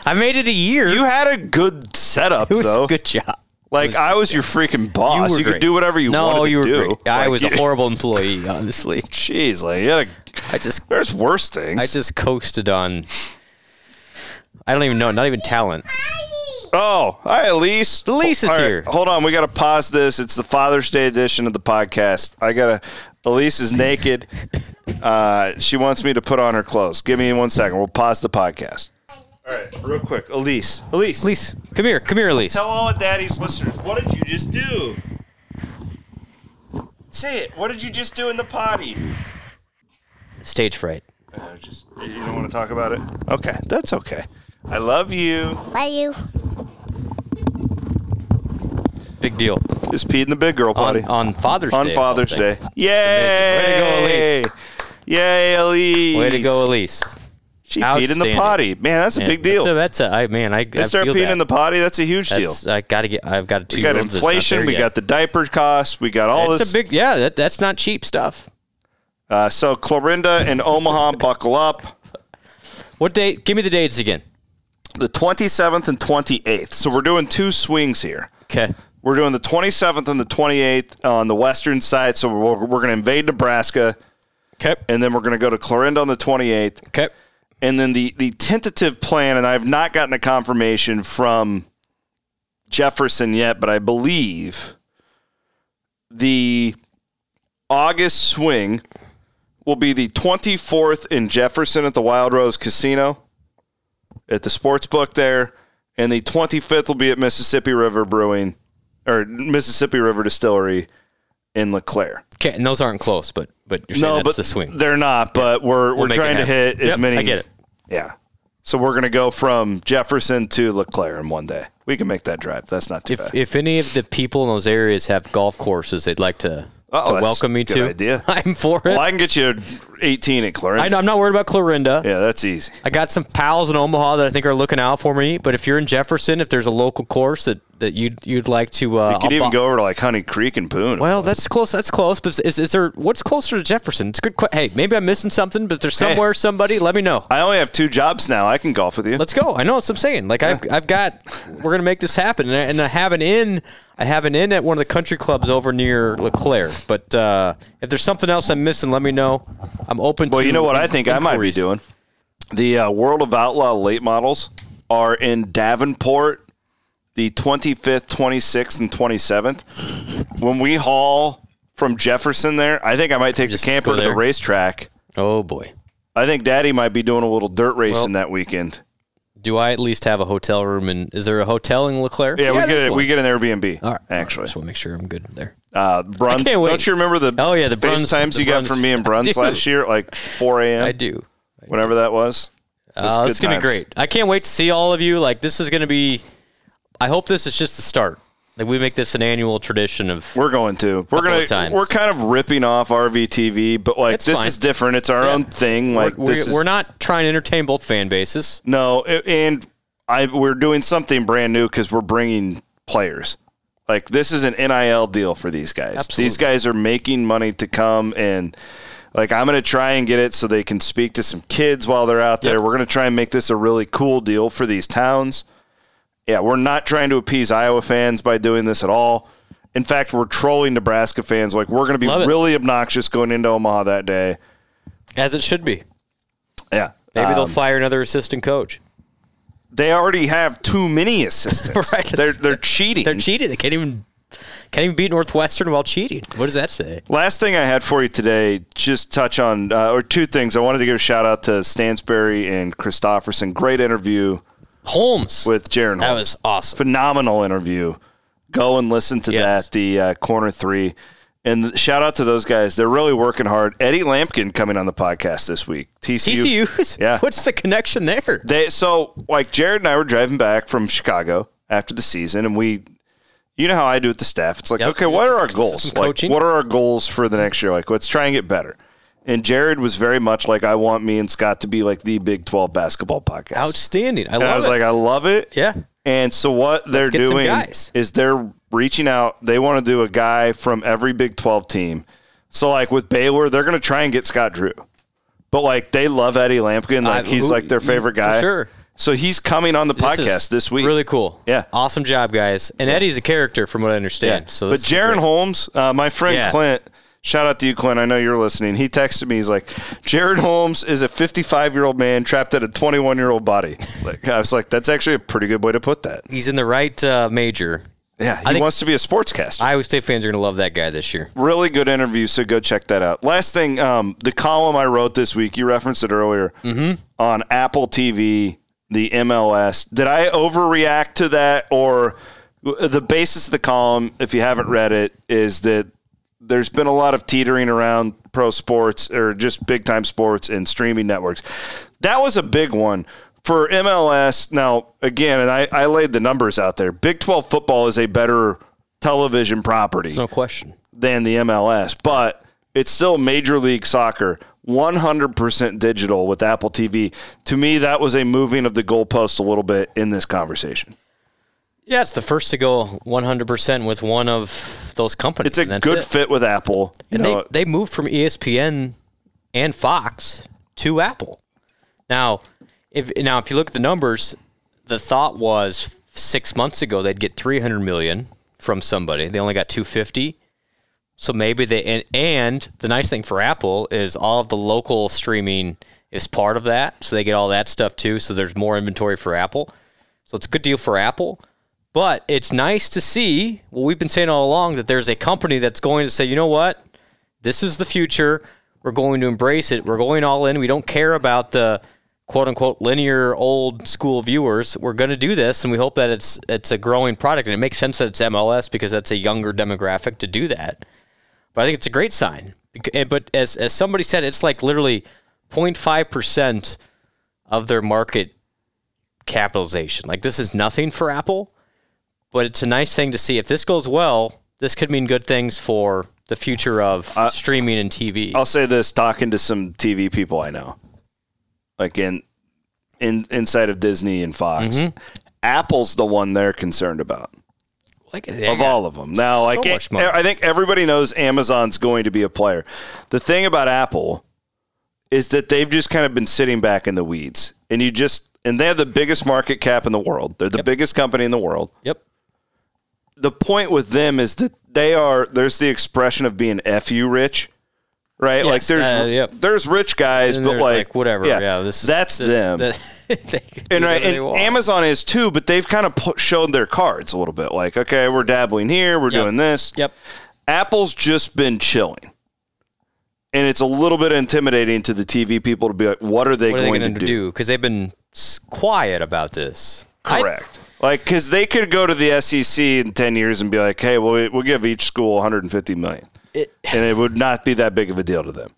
I made it a year. you had a good setup it was though. a good job. Like I was your freaking boss. You, were could great. do whatever you no, wanted to you were do. Great. I Like, was *laughs* you- a horrible employee, *laughs* honestly. Jeez, like you had a I just There's worse things. I just coasted on. I don't even know. Not even talent. oh, hi, Elise. Elise is All here. Hold on, we got to pause this. It's the Father's Day edition of the podcast. I gotta. Elise *laughs* is naked. uh, she wants me to put on her clothes. Give me one second. We'll pause the podcast. All right, real quick, Elise. Elise, Elise, come here. Come here, Elise. tell all of Daddy's listeners what did you just do? Say it. What did you just do in the potty? Stage fright. Uh, just you don't want to talk about it. Okay, that's okay. I love you. Love you. Big deal. Just peed in the big girl potty. On, on Father's on Day. of all Father's Day. things. Yay! Way to go, Yay, Elise! Way to go, Elise. She peed in the Outstanding. potty. Man, that's a Man, big deal. That's a, that's a I, man. I, they start I peeing feel that. in the potty. That's a huge deal. That's, I gotta get. I've got a two. We got inflation. We got the diaper costs. We got all It's this. a big. Yeah, that, that's not cheap stuff. uh, so Clorinda and Omaha, *laughs* buckle up. What date? Give me the dates again. The 27th and 28th. So we're doing two swings here. Okay. We're doing the 27th and the 28th on the western side. So we're, we're going to invade Nebraska, Okay. and then we're going to go to Clorinda on the 28th. Okay. And then the the tentative plan, and I have not gotten a confirmation from Jefferson yet, but I believe the August swing will be the 24th in Jefferson at the Wild Rose Casino at the sports book there, and the 25th will be at Mississippi River Brewing or Mississippi River Distillery in LeClaire. Okay. And those aren't close, but but you're saying that's the swing. they're not. But we're we're make it trying to happen. hit as Yep, many. I get it. Yeah. So we're gonna go from Jefferson to LeClaire in one day. We can make that drive. That's not too If bad. if any of the people in those areas have golf courses, they'd like to, Oh, to that's welcome me a good to. idea. *laughs* I'm for it. well, I can get you 18 at Clarin. I know, I'm not worried about Clorinda. Yeah, that's easy. I got some pals in Omaha that I think are looking out for me. But if you're in Jefferson, if there's a local course that, that you'd you'd like to, uh, You could I'll even bu- go over to like Honey Creek and Poon. Well, that's close. That's close. But is, is there what's closer to Jefferson? It's a good. que- Hey, maybe I'm missing something. But if there's Hey. somewhere somebody, let me know. I only have two jobs now. I can golf with you. Let's go. I know what I'm saying. Like I've, I've got. We're gonna make this happen. And I, and I have an inn. I have an inn at one of the country clubs over near LeClaire. But uh, if there's something else I'm missing, let me know. I'm open. well, to you know what in- I think I might be inquiries. doing. The uh, World of Outlaw late models are in Davenport, the 25th, 26th, and 27th. When we haul from Jefferson there, I think I might take Just the camper go to the there. racetrack. Oh boy. I think Daddy might be doing a little dirt racing that weekend. Do I at least have a hotel room? And is there a hotel in LeClaire? Yeah, we there's get a, one. we get an Airbnb. All right, actually, just want to make sure I'm good there. uh, Bruns. I can't wait. Don't you remember the Oh, yeah, the Bruns- FaceTimes the you Bruns- got from me and *laughs* I Bruns do. last year, at like 4 a.m. I do. whenever that was. It was Uh, good this is gonna be times. great. I can't wait to see all of you. Like this is gonna be. I hope this is just the start. Like we make this an annual tradition of. We're going to. We're Couple gonna. of times. We're kind of ripping off RVTV, but like It's this fine. is different. It's our own thing. Like we're, this is we're not trying to entertain both fan bases. No, a- and I we're doing something brand new because we're bringing players. Like this is an NIL deal for these guys. These guys are making money to come and like I'm going to try and get it so they can speak to some kids while they're out there. We're going to try and make this a really cool deal for these towns. Yeah, we're not trying to appease Iowa fans by doing this at all. In fact, we're trolling Nebraska fans. Like we're going to be Love it. really obnoxious going into Omaha that day. as it should be. Yeah. Maybe Um, they'll fire another assistant coach. They already have too many *laughs* assistants. Right. They're they're cheating. They're cheating. They can't even can't even beat Northwestern while cheating. What does that say? Last thing I had for you today, just touch on uh, or two things. I wanted to give a shout out to Stansberry and Christofferson. Great interview Holmes. with Jaron. that Hall. was awesome. phenomenal interview. Go and listen to Yes. that. The uh, corner three, and shout out to those guys. They're really working hard. Eddie Lampkin coming on the podcast this week. TCU. TCU. Yeah. *laughs* What's the connection there? They so like Jared and I were driving back from Chicago after the season, and we, you know how I do with the staff. It's like, Yep. okay, what are our goals? Some Like, coaching. what are our goals for the next year? Like, let's try and get better. And Jared was very much like, I want me and Scott to be like the Big Twelve basketball podcast. Outstanding. I and love I was it. like, I love it. yeah. And so what they're get some doing guys. is they're reaching out. They want to do a guy from every Big 12 team. So like with Baylor, they're going to try and get Scott Drew. But like they love Eddie Lampkin, like I- he's who- like their favorite for guy. sure. So he's coming on the This is podcast this week. Really cool. Yeah. Awesome job, guys. And Eddie's a character, from what I Yeah. understand. So, but this is great. Jaron Holmes, uh, my friend Yeah. Clint, shout out to you, Clint. I know you're listening. He texted me. He's like, Jaron Holmes is a 55 year old man trapped in a 21 year old body. Like I was like, that's actually a pretty good way to put that. he's in the right uh, major. Yeah, I he think- wants to be a sportscaster. Iowa State fans are going to love that guy this year. really good interview. So go check that out. Last thing, um, the column I wrote this week, you referenced it earlier on Apple TV, the MLS. Did I overreact to that, or the basis of the column? If you haven't read it, is that there's been a lot of teetering around pro sports or just big time sports and streaming networks. That was a big one for MLS. Now, again, and I, I laid the numbers out there. Big 12 football is a better television property No question. than the MLS, but it's still Major League Soccer, 100% digital with Apple TV. To me, that was a moving of the goalpost a little bit in this conversation. Yeah, it's the first to go 100% with one of those companies. It's a and that's good it. fit with Apple. You And know, they, they moved from E ESPN and Fox to Apple. Now, if now if you look at the numbers, the thought was six months ago they'd get 300 million from somebody. They only got 250. So maybe they and, and the nice thing for Apple is all of the local streaming is part of that, so they get all that stuff too. So there's more inventory for Apple. So it's a good deal for Apple. But it's nice to see what we've been saying all along that there's a company that's going to say, you know what, this is the future. We're going to embrace it. We're going all in. We don't care about the quote unquote linear old school viewers. We're going to do this, and we hope that it's it's a growing product. And it makes sense that it's MLS because that's a younger demographic to do that. But I think it's a great sign. Bec- eh, But as as somebody said, it's like literally 0.5 percent of their market capitalization. Like this is nothing for Apple, but it's a nice thing to see. If this goes well, this could mean good things for the future of Uh, streaming and TV. I'll say this talking to some TV people I know, like in, in inside of Disney and Fox, Mm-hmm. Apple's the one they're concerned about. like they of got all of them. Now, like so much money. I think everybody knows Amazon's going to be a player. The thing about Apple is that they've just kind of been sitting back in the weeds, and you just and they have the biggest market cap in the world. They're the biggest company in the world. Yep. The point with them is that they are there's the expression of being fu rich. Right, like Yes, there's uh, yep. there's rich guys, And but there's like, whatever. Yeah, this is that's this- them that- *laughs* they can do *laughs* *laughs* and right, whatever they and want. Amazon is too, but they've kind of pu- showed their cards a little bit. Like, okay, we're dabbling here, we're Yep. doing this. Yep. Apple's just been chilling, and it's a little bit intimidating to the TV people to be like, "What are they What are they going going to to do? Because they've been s- quiet about this. I- Correct. like, because they could go to the SEC in ten years and be like, "Hey, well, we- we'll give each school 150 million, It- and it would not be that big of a deal to them.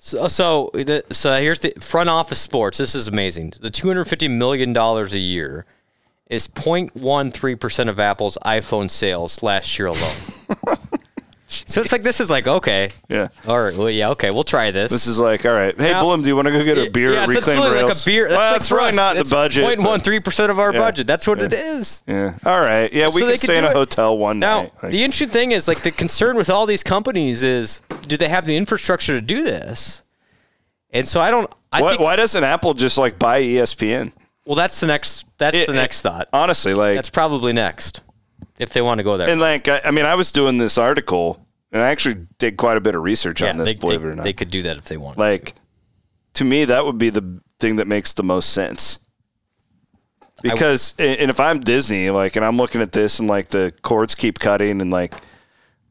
So, so, the, so here's the front office sports. This is amazing. The 250 million dollars a year is *laughs* 0.13 percent of Apple's iPhone sales last year alone. So it's like this is like okay, Yeah. all right, well, yeah, okay, we'll try this. This is like, all right, hey, Now- Bloom, do you want to go get a beer yeah, at it's- it's Reclaim literally like Rails? a beer. That's, well, like that's for really us, not the it's budget. but- 0.13 percent of our Yeah. budget. That's what it Yeah. is. Yeah. All right. Yeah, we So can they could stay in do a it. hotel one Now, night. Like, the interesting thing is, like, the concern with all these companies is, do they have the infrastructure to do this? And so I don't. I why, think, why doesn't Apple just like buy E ESPN? Well, that's the next. That's It- the it- next thought. Honestly, like, That's probably next, if they want to go there. and like, I, I mean, I was doing this article, and I actually did quite a bit of research yeah, on this. they, believe they- it or not, they could do that if they want. like, to me, that would be the thing that makes the most sense. Because, and and if I'm Disney, like, and I'm looking at this, and like the cords keep cutting, and like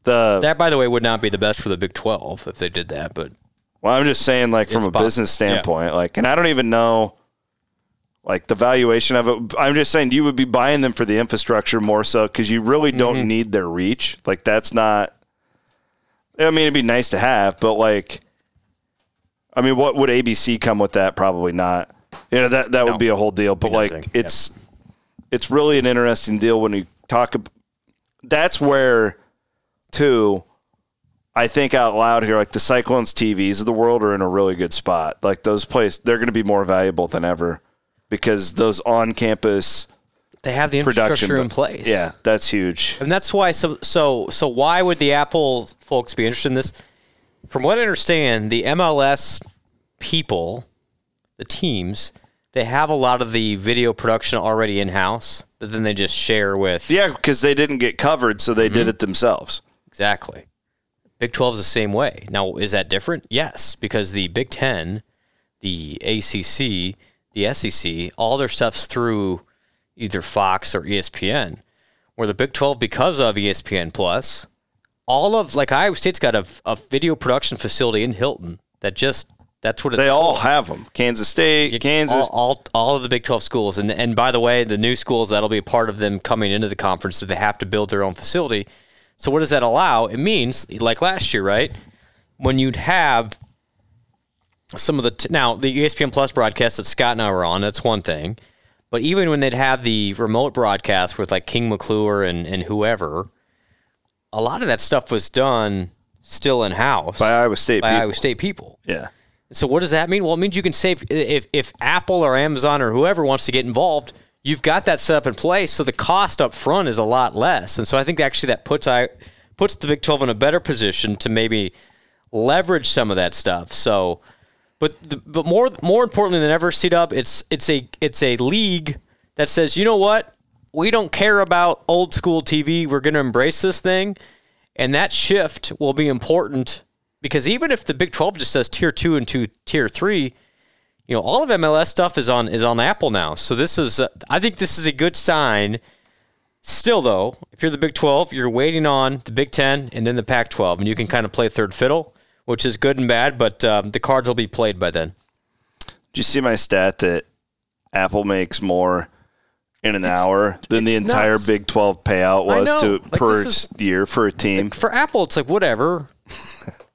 the that, by the way, would not be the best for the Big Twelve if they did that. But Well, I'm just saying, like from It's a possible. business Yeah. standpoint, like, and I don't even know, like the valuation of it. I'm just saying you would be buying them for the infrastructure more so because you really don't Mm-hmm. need their reach. Like that's not. I mean, it'd be nice to have, but like, I mean, what would ABC come with that? Probably not. You know that that would be a whole deal, but like nothing. it's it's really an interesting deal when you talk. ab- That's where, too. I think out loud here, like the Cyclones TVs of the world are in a really good spot. Like those places, they're going to be more valuable than ever because those on campus they have the production. infrastructure in place. Yeah, that's huge. And that's why so so so why would the Apple folks be interested in this? From what I understand, the MLS people, the teams, they have a lot of the video production already in house that then they just share with Yeah, because they didn't get covered, so Mm-hmm. they did it themselves. Exactly. Big 12 is the same way. Now, is that different? Yes, because the Big 10, the ACC, the SEC, all their stuff's through either Fox or E ESPN. Where the Big 12, because of E ESPN Plus, all of, like, Iowa State's got a, a video production facility in Hilton that just, that's what it's They all for. have them. Kansas State, You- Kansas. all, all all of the Big Twelve schools, and and by the way, the new schools that'll be a part of them coming into the conference, so they have to build their own facility. So what does that allow? It means like last year, right? When you'd have some of the t- now the E ESPN Plus broadcast that Scott and I were on, that's one thing, but even when they'd have the remote broadcast with like King McClure and and whoever, a lot of that stuff was done still in house By Iowa State by people. Iowa State people. yeah. So what does that mean? Well, it means you can save if if Apple or Amazon or whoever wants to get involved, you've got that set up in place, so the cost up front is a lot less. And so I think actually that puts I puts the Big 12 in a better position to maybe leverage some of that stuff. So but the, but more more importantly than ever, C Dub, it's it's a it's a league that says, you know what, we don't care about old school TV. We're going to embrace this thing, and that shift will be important because even if the Big Twelve just says tier two and two tier three, you know, all of MLS stuff is on is on Apple now. So this is uh, I think this is a good sign. Still though, if you're the Big 12, you're waiting on the Big 10 and then the Pac 12 and you can kind of play third fiddle, which is good and bad, but um, the cards will be played by then. Did you see my stat that Apple makes more in an hour than the it's entire nuts. Big 12 payout I was know. to Like, per this is- year for a team? For Apple, it's like whatever.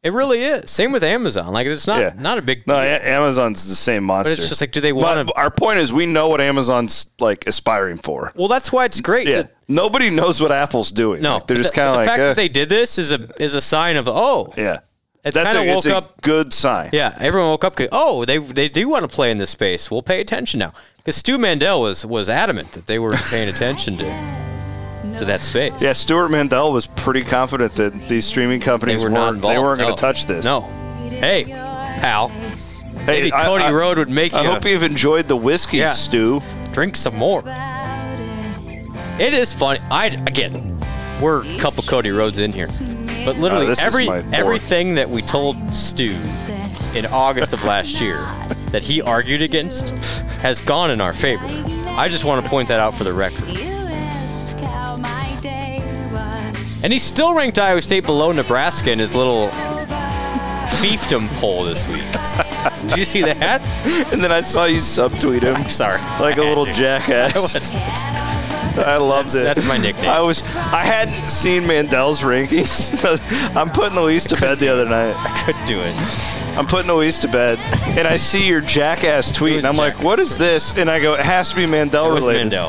it really is. Same with Amazon. Like it's not Yeah. not a big No, A- Amazon's the same monster. but it's just like do they But want to our point is, we know what Amazon's like aspiring for. Well, that's why it's great. Yeah, that- nobody knows what Apple's doing. no, Like, they're but just the- kind but of the like, fact eh, that they did this is a is a sign of oh yeah. It That's kinda a, it's woke a up- good sign. Yeah, everyone woke up. 'cause, Oh, they they do want to play in this space. We'll pay attention now because Stu Mandel was was adamant that they were paying attention to to that space. Yeah, Stuart Mandel was pretty confident that these streaming they companies were were not not involved. they weren't no. going to touch this. No. Hey, pal. hey, Maybe I- Cody I- Road would make you. I hope you've enjoyed the whiskey, Yeah. Stu. *laughs* drink some more. It is funny. I again, we're a couple Cody Rhodes in here, but literally Uh, this is every my fourth. everything that we told Stu in August of last year that he argued against has gone in our favor. I just want to point that out for the record. And he still ranked Iowa State below Nebraska in his little fiefdom poll this week. Did you see *laughs* that? And then I saw you subtweet *laughs* him. Sorry. Like a *laughs* little jackass. I loved it. that's my nickname. I was I hadn't seen Mandel's rankings. *laughs* I'm putting the least to bed the other night. Couldn't do it. I'm putting Elise to bed, and I see your jackass tweet, was and I'm like, jackass. "What is this?" And I go, "It has to be Mandel It was related." Mandel.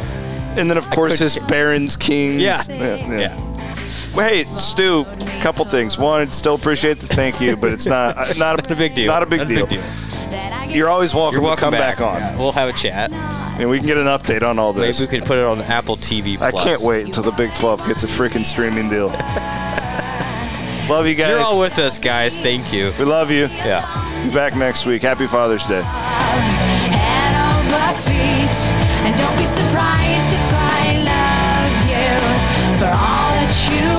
And then, of course, couldn't his Barons Kings. Yeah. yeah. Yeah. hey, Stu, couple things. One, still appreciate the thank you, but *laughs* it's not uh, not a, a big deal. Not a big, Not deal. You're always welcome, You're welcome to come back, on, We'll have a chat. and we can get an update on all Maybe this. we can put it on Apple TV. I Plus. can't wait until the Big 12 gets a freaking *laughs* streaming deal. love you guys. You're all with us, guys. Thank you. we love you. Yeah. Be back next week. Happy Father's Day. head over feet. And don't be surprised if I love you for all that you